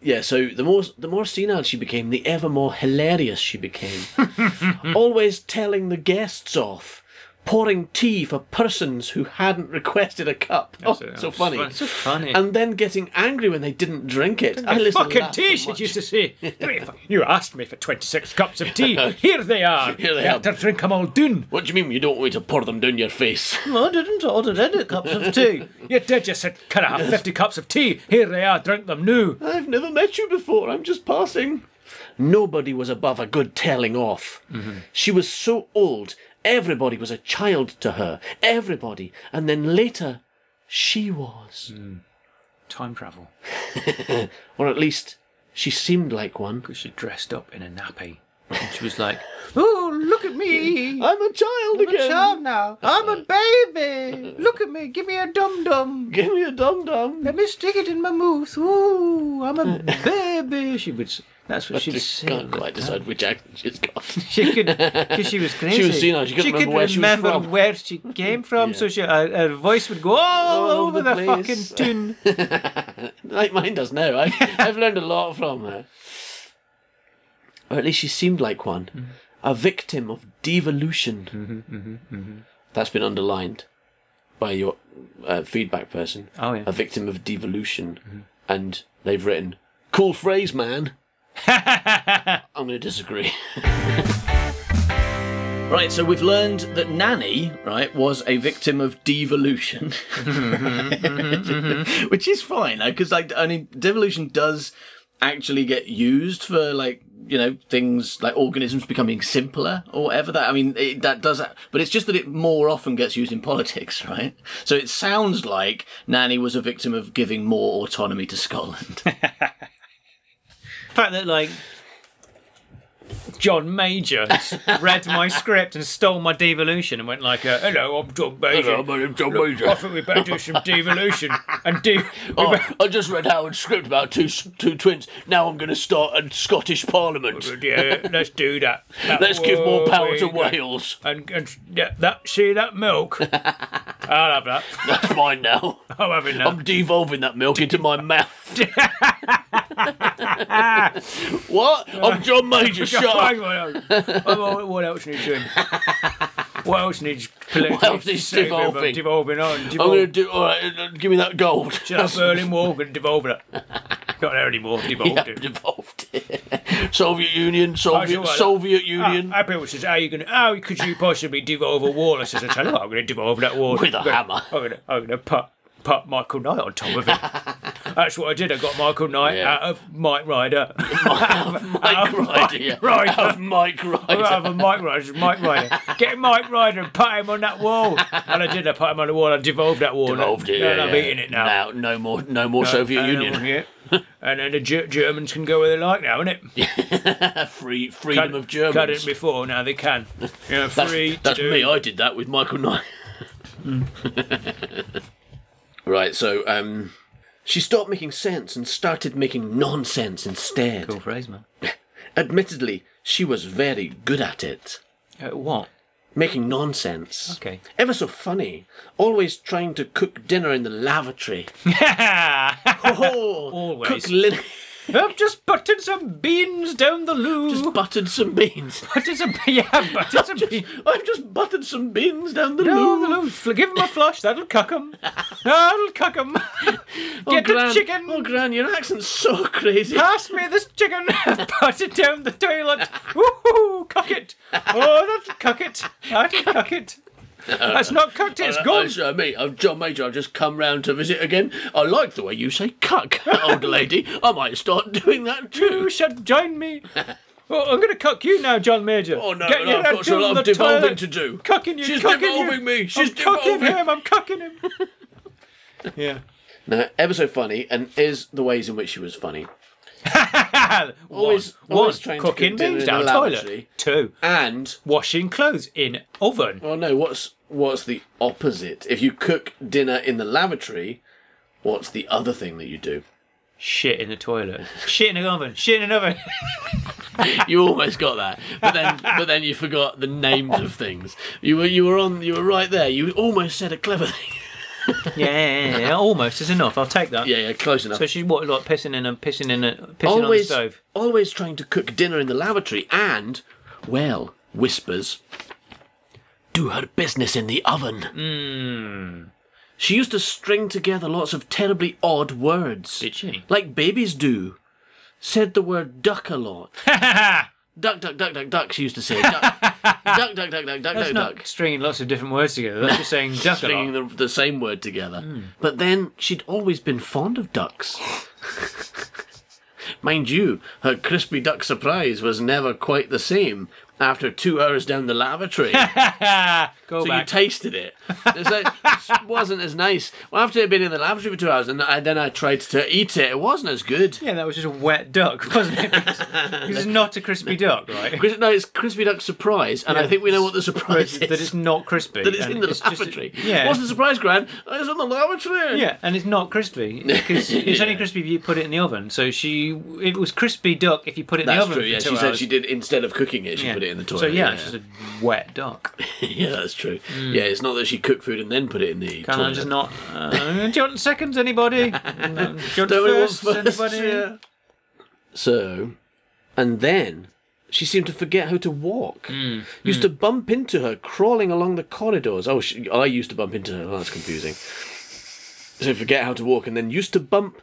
E: Yeah, so the more the more senile she became, the ever more hilarious she became. Always telling the guests off, pouring tea for persons who hadn't requested a cup. Oh,
D: So-
E: so funny.
D: So funny.
E: And then getting angry when they didn't drink it. I listened to
D: fucking
E: that
D: tea,
E: so
D: she
E: much.
D: used to say. You asked me for 26 cups of tea. Here they are.
E: Here they
D: You
E: are.
D: have to drink them all down.
E: What do you mean you don't want me to pour them down your face?
D: I didn't order any cups of tea. You did, you said, can I have 50 cups of tea? Here they are, drink them now.
E: I've never met you before. I'm just passing. Nobody was above a good telling off.
D: Mm-hmm.
E: She was so old. Everybody was a child to her. Everybody. And then later, she was.
D: Mm. Time travel.
E: Or at least, she seemed like one.
D: Because she dressed up in a nappy. And she was like, oh, look at me.
E: I'm a child
D: I'm a
E: again.
D: child now. I'm a baby. Look at me. Give me a dum-dum.
E: Give me a dum dum.
D: Let me stick it in my mouth. Ooh, I'm a baby. She would. s- That's what she'd
E: Just
D: say.
E: can't quite decide which accent she's got.
D: She could, because she was crazy.
E: was senile, she couldn't remember where she was
D: remember
E: from.
D: where she came from, so she her, her voice would go all,
E: All
D: over
E: over
D: the,
E: the
D: fucking
E: place.
D: tune.
E: like mine does now. I've, I've learned a lot from her. Or at least she seemed like one.
D: Mm-hmm.
E: A victim of devolution.
D: mm-hmm,
E: That's been underlined by your uh, feedback person.
D: Oh, yeah. Mm-hmm.
E: A victim of devolution. And they've written, cool phrase, man. I'm going to disagree.
I: Right, so we've learned that Nanny, right, was a victim of devolution,
H: Which is fine, because like, I mean, devolution does actually get used for like you know things like organisms becoming simpler or whatever. That I mean, it, that does, but it's just that it more often gets used in politics, right? So it sounds like Nanny was a victim of giving more autonomy to Scotland.
D: The fact that like John Major read my script and stole my devolution and went like, uh, "Hello, I'm John Major. I think we better do some devolution and do."
E: Oh, I just read Howard's script about two two twins. Now I'm going to start a Scottish Parliament.
D: Yeah, let's do that. That
E: Let's give more power to
D: way-
E: Wales.
D: And, and yeah, that see that milk. I'll have that.
E: That's mine now.
D: I'm having that.
E: I'm devolving that milk into my mouth. what? I'm John Major. Shut up.
D: Hang on, hang on. What- what else needs doing? What else needs politics?
E: What else needs
D: saving,
E: devolving?
D: Devolving on.
E: I'm
D: Devolving.
E: gonna do. All right, uh, give me that gold.
D: Shut up, Berlin Wall, going to devolve it. Not there anymore, devolved
E: Yeah,
D: it.
E: devolved. Soviet Union.
D: Oh, sure,
E: Soviet.
D: I-
E: Soviet
D: Ah,
E: Union.
D: I people says, how you going to, how could you possibly devolve a wall? I says, I tell you what, I'm going to devolve that wall.
E: With a
D: I'm gonna,
E: hammer.
D: I'm going to, I'm going to put, put Michael Knight on top of it. That's what I did. I got Michael Knight
E: Yeah.
D: out of Mike Ryder.
E: Mike Ryder.
D: Ryder.
E: Have Mike Ryder.
D: rather than Mike Ryder, Mike Ryder. Get Mike Ryder and put him on that wall. And I did. I put him on the wall. I devolved that wall.
E: Devolved it.
D: And
E: yeah,
D: I'm
E: yeah.
D: eating it now.
E: Now, no more. No more Soviet
D: And,
E: Union.
D: um, yeah. And then the Ger- Germans can go where they like now, innit? Yeah,
E: Free freedom of Germans.
D: Couldn't before, now they can. You know,
E: That's,
D: free to
E: that's
D: do-
E: me. I did that with Michael Knight. right. So, um, she stopped making sense and started making nonsense instead.
D: phrase, man.
E: Admittedly, she was very good at it.
D: Uh, what?
E: making nonsense.
D: Okay.
E: Ever so funny. Always trying to cook dinner in the lavatory. Oh,
D: Always.
E: Cook lin-
D: I've just buttered some beans down the loo.
E: just buttered some beans.
D: buttered some, yeah, buttered some
E: Just-
D: beans.
E: I've just buttered some beans down the
D: No,
E: loo.
D: the loo. Fl- Give him a flush. That'll cuck him. That'll cuck him. Get the
E: Gran.
D: chicken.
E: Oh, Gran, your accent's so crazy.
D: Pass me this chicken. Put it down the toilet. Woohoo! Cuck it. Oh, that's cuck it. That'll cuck it. That's not cooked. It's
J: Uh,
D: gone.
J: sure, me, I'm John Major. I've just come round to visit again. I like the way you say cuck, old lady. I might start doing that
D: You
J: too.
D: should join me. Oh, I'm going to cuck you now, John Major.
J: Oh, no,
D: Get
J: no,
D: you
J: I've
D: down
J: got so-
D: to
J: I'm
D: the
J: devolving
D: toilet.
J: to do.
D: Cucking you.
J: She's
D: cucking
J: devolving
D: you.
J: me. She's
D: I'm cucking
J: devolving.
D: him. I'm cucking him. yeah.
E: Now, ever so funny, and is the ways in which she was funny.
D: always,
E: One. Always
D: one
E: trying to
D: cooking
E: get dinner
D: beans
E: in
D: down
E: the
D: toilet.
E: lavatory.
D: Two
E: And
D: washing clothes in oven.
J: oh
E: Well, no. What's what's the opposite? If you cook dinner in the lavatory, what's the other thing that you do?
D: Shit in the toilet. Shit in an oven. Shit in an oven.
J: you almost got that, but then, but then you forgot the names of things. You were, you were on, you were right there. You almost said a clever thing.
D: yeah, yeah, yeah, almost is enough. I'll take that.
J: Yeah, yeah, close enough.
D: So she's what like pissing in and pissing in a pissing
J: always,
D: on the stove.
J: always trying to cook dinner in the lavatory, and well, whispers. Do her business in the oven.
D: Hmm.
E: She used to string together lots of terribly odd words,
D: Did she?
E: like babies do. Said the word duck a lot. duck, duck, duck, duck, duck. She used to say duck, duck, duck, duck, duck,
D: That's
E: duck, duck,
D: not
E: duck.
D: stringing lots of different words together. That's just saying duck a
E: Stringing
D: lot.
E: the, the same word together. But then she'd always been fond of ducks. Mind you, her crispy duck surprise was never quite the same after two hours down the lavatory.
D: Go
E: So you
D: back.
E: tasted it. It's like, it wasn't as nice. Well, after it had been in the lavatory for two hours, and I, then I tried to eat it. It wasn't as good.
D: yeah, that was just a wet duck, wasn't it? Because it's not a crispy duck, right?
E: Cris- No, it's crispy duck surprise, and I think we know what the surprise is.
D: that it's not crispy.
E: That it's
D: and
E: in the
D: it's just a-
E: lavatory.
D: yeah.
E: What's the surprise, Gran? It's in the lavatory.
D: Yeah, and it's not crispy. 'cause It's only crispy if you put it in the oven. So she, it was crispy duck if you put it in the
E: That's
D: oven.
E: true.
D: for
E: Yeah,
D: two
E: she said
D: hours.
E: she did instead of cooking it, she
D: Yeah.
E: put it in the toilet.
D: So yeah, it's just a wet duck.
E: yeah, that's true. Yeah, it's not that she cooked food and then put it in the
D: Can
E: toilet.
D: I just not? Uh, do you want seconds, anybody? No, do you want
E: Don't we want
D: firsts,
E: firsts?
D: anybody?
E: Yeah. So, and then she seemed to forget how to walk.
D: Hmm,
E: Used to bump into her crawling along the corridors. Oh, she, I used to bump into her. Oh, that's confusing. So forget how to walk, and then used to bump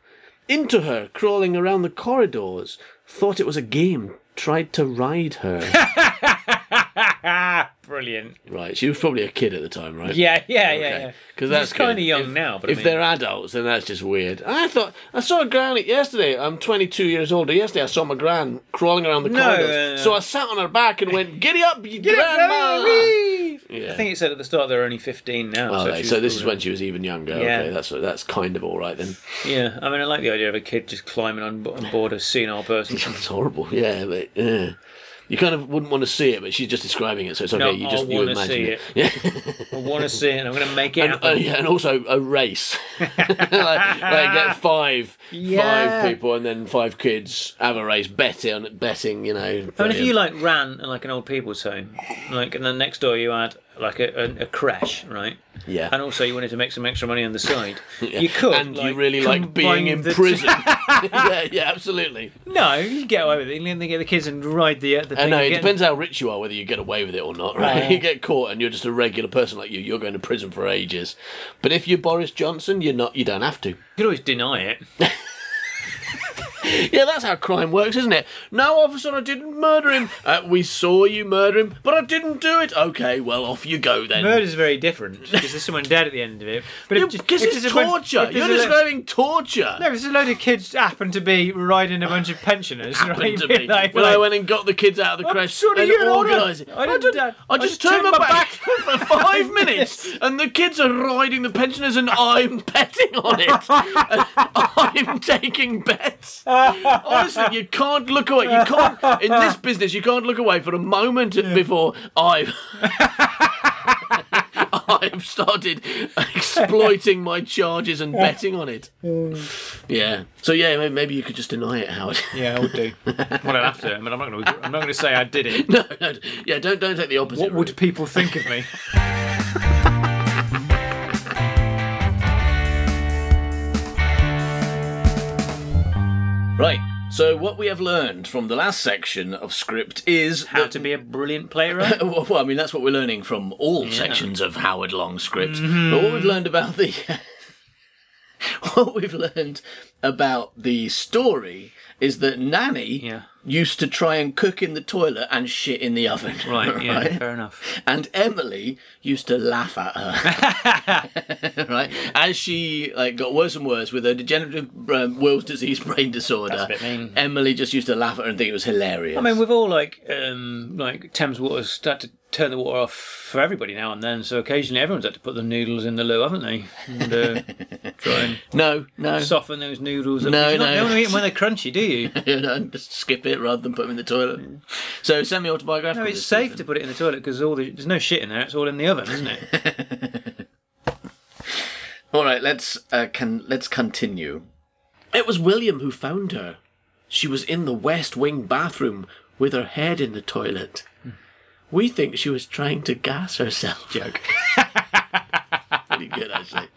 E: into her crawling around the corridors. Thought it was a game. Tried to ride her.
D: Ah, brilliant.
E: right, she was probably a kid at the time, right?
D: Yeah, yeah, yeah, yeah. She's
E: Because that's
D: kind
E: good.
D: of young
E: If-
D: now, but I
E: if
D: mean,
E: they're adults, then that's just weird. I thought I saw a gran yesterday. I'm 22 years old. and Yesterday, I saw my gran crawling around the
D: No,
E: corridors.
D: no, no.
E: So I sat on her back and went, "Giddy up, you
D: Get it,
E: grandma!"
D: wee!
E: Yeah.
D: I think it said at the start they're only 15 now.
E: Oh,
D: she
E: okay,
D: was
E: so this is
D: probably-
E: when she was even younger.
D: Yeah.
E: Okay, that's that's kind of all right then.
D: Yeah, I mean, I like the idea of a kid just climbing on, on board a senile person.
E: It's horrible. Yeah, but yeah. you kind of wouldn't want to see it, but she's just describing it, so it's okay.
D: No,
E: you
D: I
E: just you
D: wanna
E: imagine
D: see
E: it. Yeah.
D: I want to see it, and I'm going to make it
E: And, uh,
D: happen.
E: yeah, and also a race. like, like get five,
D: Yeah.
E: five people, and then five kids have a race. Betting, on betting, you know.
D: I mean, if
E: brilliant.
D: you like ran in like an old people's home, like, and then next door you had like a, a, a crash, right?
E: yeah,
D: And also, you wanted to make some extra money on the side. You could,
E: and you
D: like,
E: really like
D: combine
E: being in
D: the two-
E: prison. yeah, yeah, absolutely.
D: No, you get away with it. And then get the kids and ride the uh, the
E: I
D: thing.
E: know it
D: again.
E: depends how rich you are whether you get away with it or not. Right?
D: Yeah.
E: You get caught and you're just a regular person like you. You're going to prison for ages. But if you're Boris Johnson, you're not. You don't have to.
D: You could always deny it.
E: Yeah, that's how crime works, isn't it? No, officer, I didn't murder him. Uh, we saw you murder him, but I didn't do it. Okay, well, off you go then.
D: Murder's very different because there's someone dead at the end of it. But
E: You-
D: if, just-
E: Because
D: if
E: it's
D: there's a bunch-
E: torture.
D: if
E: You're
D: there's a lo-
E: describing torture.
D: No, if there's a load of kids happen to be riding a bunch of pensioners, right?
E: Happened to
D: you'd be
E: me.
D: like-
E: when
D: like,
E: I went and got the kids out of the crash
D: sure
E: and
D: you're an order.
E: organised it.
D: I didn't
E: did-
D: do-
E: I just turned my back for five minutes
D: Yes.
E: and the kids are riding the pensioners and I'm betting on it. And I'm taking bets. Honestly, you can't look away. You can't, in this business, you can't look away for a moment before I've.
K: I've started exploiting my charges and betting on it. Yeah. So yeah, may- maybe you could just deny it, Howard.
L: Yeah, I would do.
D: Well, I'd have to. I mean, I'm not going to. I'm not going to say I did it.
K: no, no, yeah. Don't don't take the opposite.
L: What
K: route.
L: would people think of me?
K: Right. So what we have learned from the last section of script is
D: How
K: that-
D: to be a brilliant playwright.
K: well, well, I mean that's what we're learning from all sections of Howard Long script.
D: Mm-hmm.
K: But what we've learned about the what we've learned about the story is that Nanny
D: Yeah.
K: used to try and cook in the toilet and shit in the oven.
D: Right. Yeah.
K: Right?
D: Fair enough.
K: and Emily used to laugh at her, right? As she like got worse and worse with her degenerative um, Wills disease brain disorder,
D: bit mean.
K: Emily just used to laugh at her and think it was hilarious.
D: I mean, we've all like um like Thames Water's start to turn the water off for everybody now and then. So occasionally, everyone's had to put the noodles in the loo, haven't they? And uh, try
K: no, no,
D: and soften those noodles. up.
K: No,
D: You're not-
K: no.
D: You don't want to eat them when they're crunchy, do you?
K: you know, just skip it rather than put them in the toilet. So semi-autobiographical.
D: No, it's
K: this
D: safe
K: season.
D: to put it in the toilet because all the, there's no shit in there. It's all in the oven, isn't it?
K: All right, let's uh, can let's continue.
E: It was William who found her. She was in the West Wing bathroom with her head in the toilet. We think she was trying to gas herself. Joke. Pretty good, actually.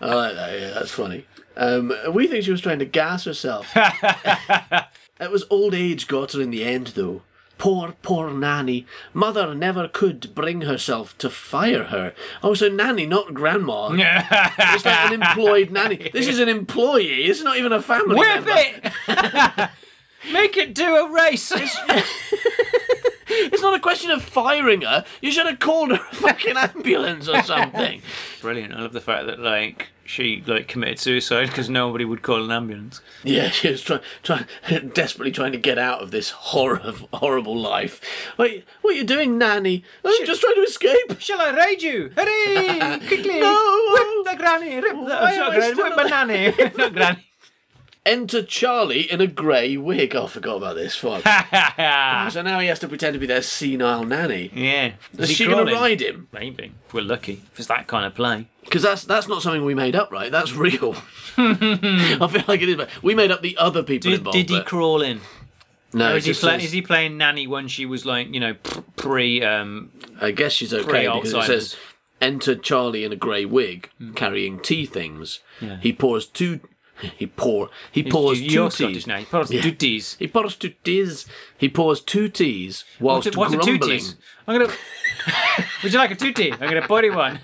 E: I like that. Yeah, that's funny. Um, we think she was trying to gas herself. it was old age got her in the end, though. Poor, poor Nanny. Mother never could bring herself to fire her. Oh, so Nanny, not Grandma. It's like an employed nanny. This is an employee. It's not even a family.
D: Whip
E: member.
D: it! Make it do a race!
E: It's not a question of firing her. You should have called her a fucking ambulance or something.
D: Brilliant. I love the fact that like she like committed suicide because nobody would call an ambulance.
E: yeah, she was trying, trying, desperately trying to get out of this horror of horrible life. Wait, what are you doing, nanny? I'm just trying to escape.
D: Shall I raid you? Hooray! Quickly!
E: No!
D: Whip the granny! Rip the,
E: Why am I
D: not granny,
E: still
D: whip the nanny! Whip the granny!
E: Enter Charlie in a grey wig. Oh, I forgot about this. Fuck. so now he has to pretend to be their senile nanny.
D: yeah.
E: Mm. Is she going to ride him?
D: Maybe. We're lucky. If it's that kind of play.
E: Because that's that's not something we made up, right? That's real. I feel like it is. But we made up the other people
D: Did,
E: involved.
D: did he
E: but-
D: crawl in?
E: no,
D: Or
E: it
D: is he,
E: just
D: play,
E: says-
D: is he playing Nanny when she was like, you know, pr- pre. Um,
E: I guess she's okay because it
D: Pre-Alzheimer's.
E: says enter Charlie in a grey wig
D: Hmm.
E: carrying tea things. He pours two. He pour. He pours two
D: you're
E: teas.
D: Scottish now. He pours two teas.
E: He pours two teas. He pours two teas
D: What's
E: whilst
D: a, what's a
E: grumbling.
D: tooties? I'm gonna. Would you like a tootie? I'm gonna body one.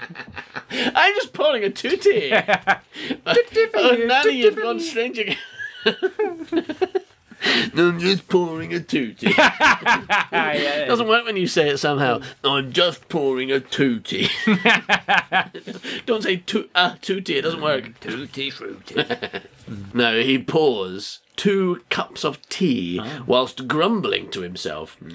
E: I'm just pouring a tutti. oh, nanny has gone strange again. I'm just pouring a tutti. Doesn't work when you say it somehow. I'm just pouring a tutti. Don't say tu- uh, tutti. It doesn't work.
D: Tootie fruity.
E: No, he pours two cups of tea whilst grumbling to himself. One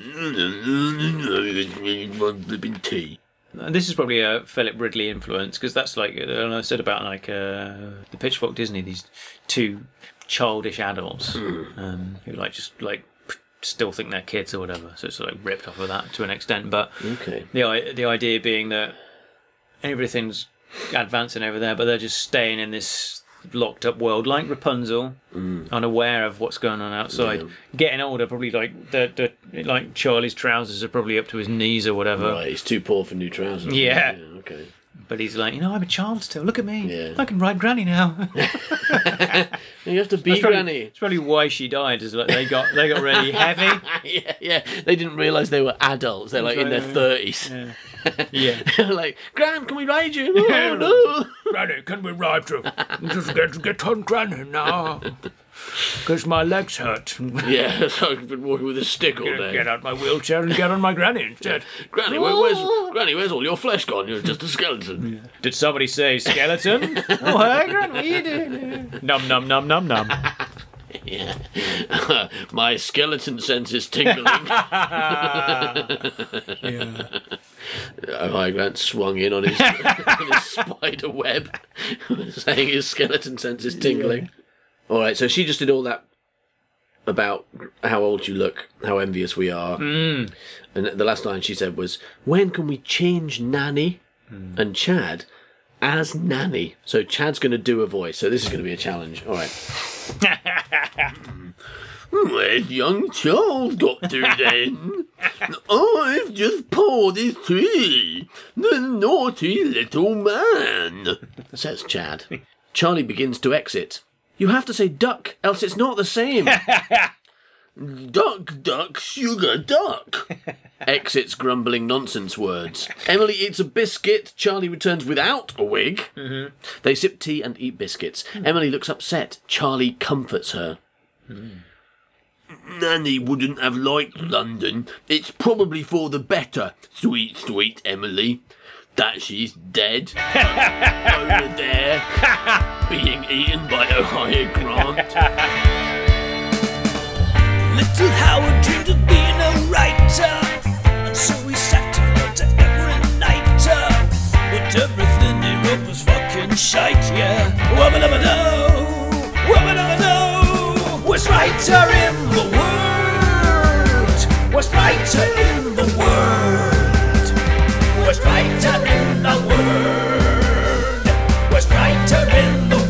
E: flipping tea.
D: this is probably a Philip Ridley influence because that's like uh, and I said about like uh, the Pitchfork Disney. These two childish adults um, who like just like p- still think they're kids or whatever. So it's like ripped off of that to an extent. But
E: Okay.
D: the i- the idea being that everything's advancing over there, but they're just staying in this locked up world, like Rapunzel, unaware of what's going on outside. Getting older, probably like the, the like Charlie's trousers are probably up to his knees or whatever.
E: Right, he's too poor for new trousers.
D: Yeah.
E: Okay.
D: But he's like, you know, I'm a child still. Look at me.
E: Yeah.
D: I can ride Granny now.
E: You have to be
D: It's probably-
E: granny.
D: It's probably why she died. Is like they got they got really heavy.
E: yeah, yeah. They didn't realise they were adults. They're like in their thirties.
D: Yeah.
E: like, Gran, can we ride you? Oh no.
L: Granny, can we ride you? Just get, get on Granny now. Because my legs hurt.
E: yeah, so I've been walking with a stick all
L: Get
E: day.
L: out my wheelchair and get on my Granny instead.
E: Granny, where, where's Granny? Where's all your flesh gone? You're just a skeleton.
D: Did somebody say skeleton? oh, hi, Granny. What are you doing? Num num num num num.
E: My skeleton sense is tingling. yeah. Oh, hi, Grant swung in on his, on his spider web, saying his skeleton sense is tingling. All right, so she just did all that about how old you look, how envious we are. And the last line she said was, When can we change Nanny?
K: and Chad as Nanny. So Chad's going to do a voice. So this is going to be a challenge. All right.
E: Where's young Charles got to then? I've just poured his tea. The naughty little man.
K: says Chad. Charlie begins to exit. You have to say duck, else it's not the same.
E: Duck, duck, sugar, duck.
K: Exits grumbling nonsense words. Emily eats a biscuit. Charlie returns without a wig. Mm-hmm. They sip tea and eat biscuits. Emily looks upset. Charlie comforts her.
E: Nanny wouldn't have liked London. It's probably for the better, sweet, sweet Emily. That she's dead. Over there, being eaten by Ohio Grant.
B: Little Howard dreamed of being a writer, and so he sat and wrote an every nighter. But everything he wrote was fucking shite, yeah. Woman of a no, woman of a no, worst writer in the world, worst writer in the world, worst writer in the world, worst writer in the world.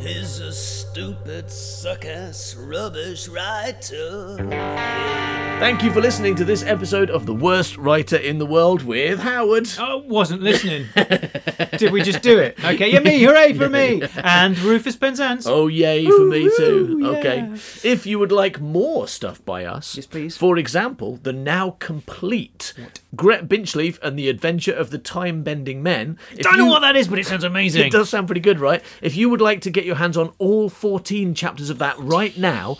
B: He's a stupid, suck-ass, rubbish writer.
C: Thank you for listening to this episode of The Worst Writer in the World with Howard.
D: I wasn't listening. Did we just do it? Okay, yeah, me, hooray for me! And Rufus Penzance.
C: Oh, yay for me too. okay. If you would like more stuff by us, yes,
D: please.
C: For example, the now complete Gret Binchleaf and the Adventure of the Time Bending Men. If
D: Don't know
C: you-
D: what that is, but it sounds amazing.
C: It does sound pretty good, right? If you would like to get your hands on all 14 chapters of that right now,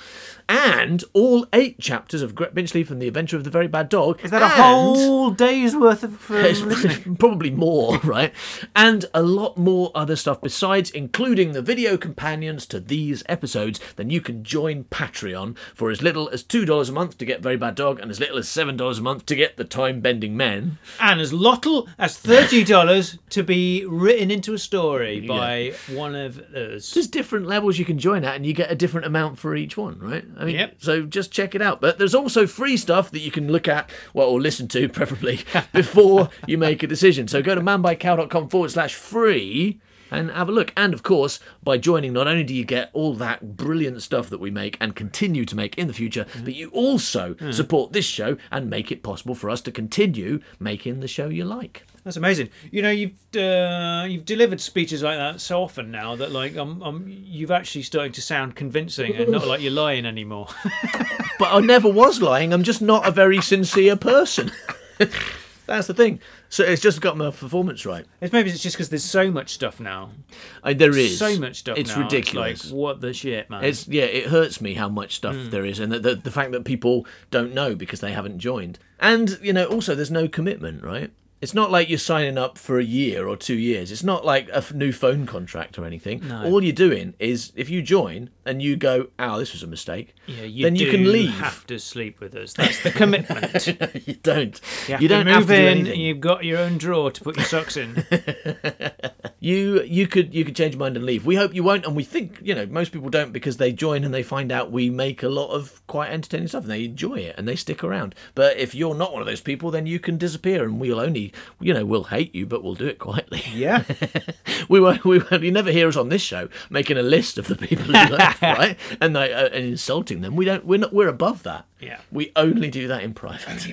C: and all eight chapters of Gret Binchleaf and the Adventure of the Very Bad Dog,
D: Is that a
C: and-
D: whole day's worth of um,
C: It's
D: listening?
C: probably more, right? And a lot more other stuff besides, including the video companions to these episodes, then you can join Patreon for as little as $2 a month to get Very Bad Dog and as little as $7 a month to get The Time Bending Men.
D: And as little as thirty dollars to be written into a story by one of us.
C: There's different levels you can join at, and you get a different amount for each one, right? I mean,
D: Yep.
C: so just check it out. But there's also free stuff that you can look at, well, or listen to, preferably, before you make a decision. So go to manbycow.com forward slash free and have a look. And of course, by joining, not only do you get all that brilliant stuff that we make and continue to make in the future, but you also support this show and make it possible for us to continue making the show you like.
D: That's amazing. You know, you've uh, you've delivered speeches like that so often now that like um, um you've actually starting to sound convincing and not like you're lying anymore.
C: but I never was lying. I'm just not a very sincere person. That's the thing. So it's just got my performance right.
D: it's maybe it's just because there's so much stuff now.
C: I, there is
D: so much stuff.
C: It's
D: now.
C: ridiculous. Hmm.
D: It's like what the shit, man.
C: It's yeah, it hurts me how much stuff there is, and the, the the fact that people don't know because they haven't joined, and you know, also there's no commitment, right? It's not like you're signing up for a year or two years. It's not like a f- new phone contract or anything. All you're doing is if you join and you go, "Oh, this was a mistake,"
D: yeah, you
C: then you
D: do
C: can leave.
D: Have to sleep with us. That's the commitment. you
C: you don't.
D: have
C: don't
D: to
C: have
D: move
C: to do
D: in.
C: anything.
D: You've got your own drawer to put your socks in.
C: you you could you could change your mind and leave. We hope you won't, and we think you know most people don't because they join and they find out we make a lot of quite entertaining stuff and they enjoy it and they stick around. But if you're not one of those people, then you can disappear and we'll only you know we'll hate you, but we'll do it quietly.
D: yeah.
C: we won't we won't you never hear us on this show making a list of the people who left, right? And they uh, and insulting them. We don't we're not we're above that.
D: Yeah.
C: We only do that in private.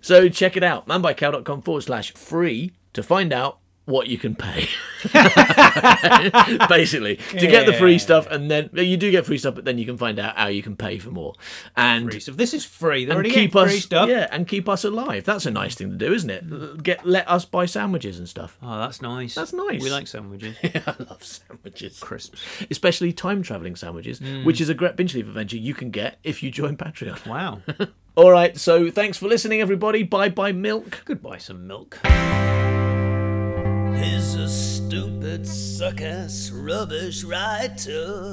C: so check it out, manbycow.com forward slash free to find out what you can pay. Basically, to get the free
D: Yeah.
C: stuff, and then you do get free stuff, but then you can find out how you can pay for more. And
D: So this is free. They're
C: and
D: already
C: keep
D: getting
C: us
D: free stuff.
C: yeah, and keep us alive. That's a nice thing to do, isn't it? Get let us buy sandwiches and stuff.
D: Oh, that's nice.
C: That's nice.
D: We like sandwiches.
C: I love sandwiches,
D: Crisps. Mm.
C: especially time traveling sandwiches, which is a Gret Binch leaf adventure you can get if you join Patreon.
D: Wow.
C: All right, so thanks for listening, everybody. Bye bye, milk.
D: Goodbye, some milk.
B: He's a stupid, suck-ass, rubbish writer.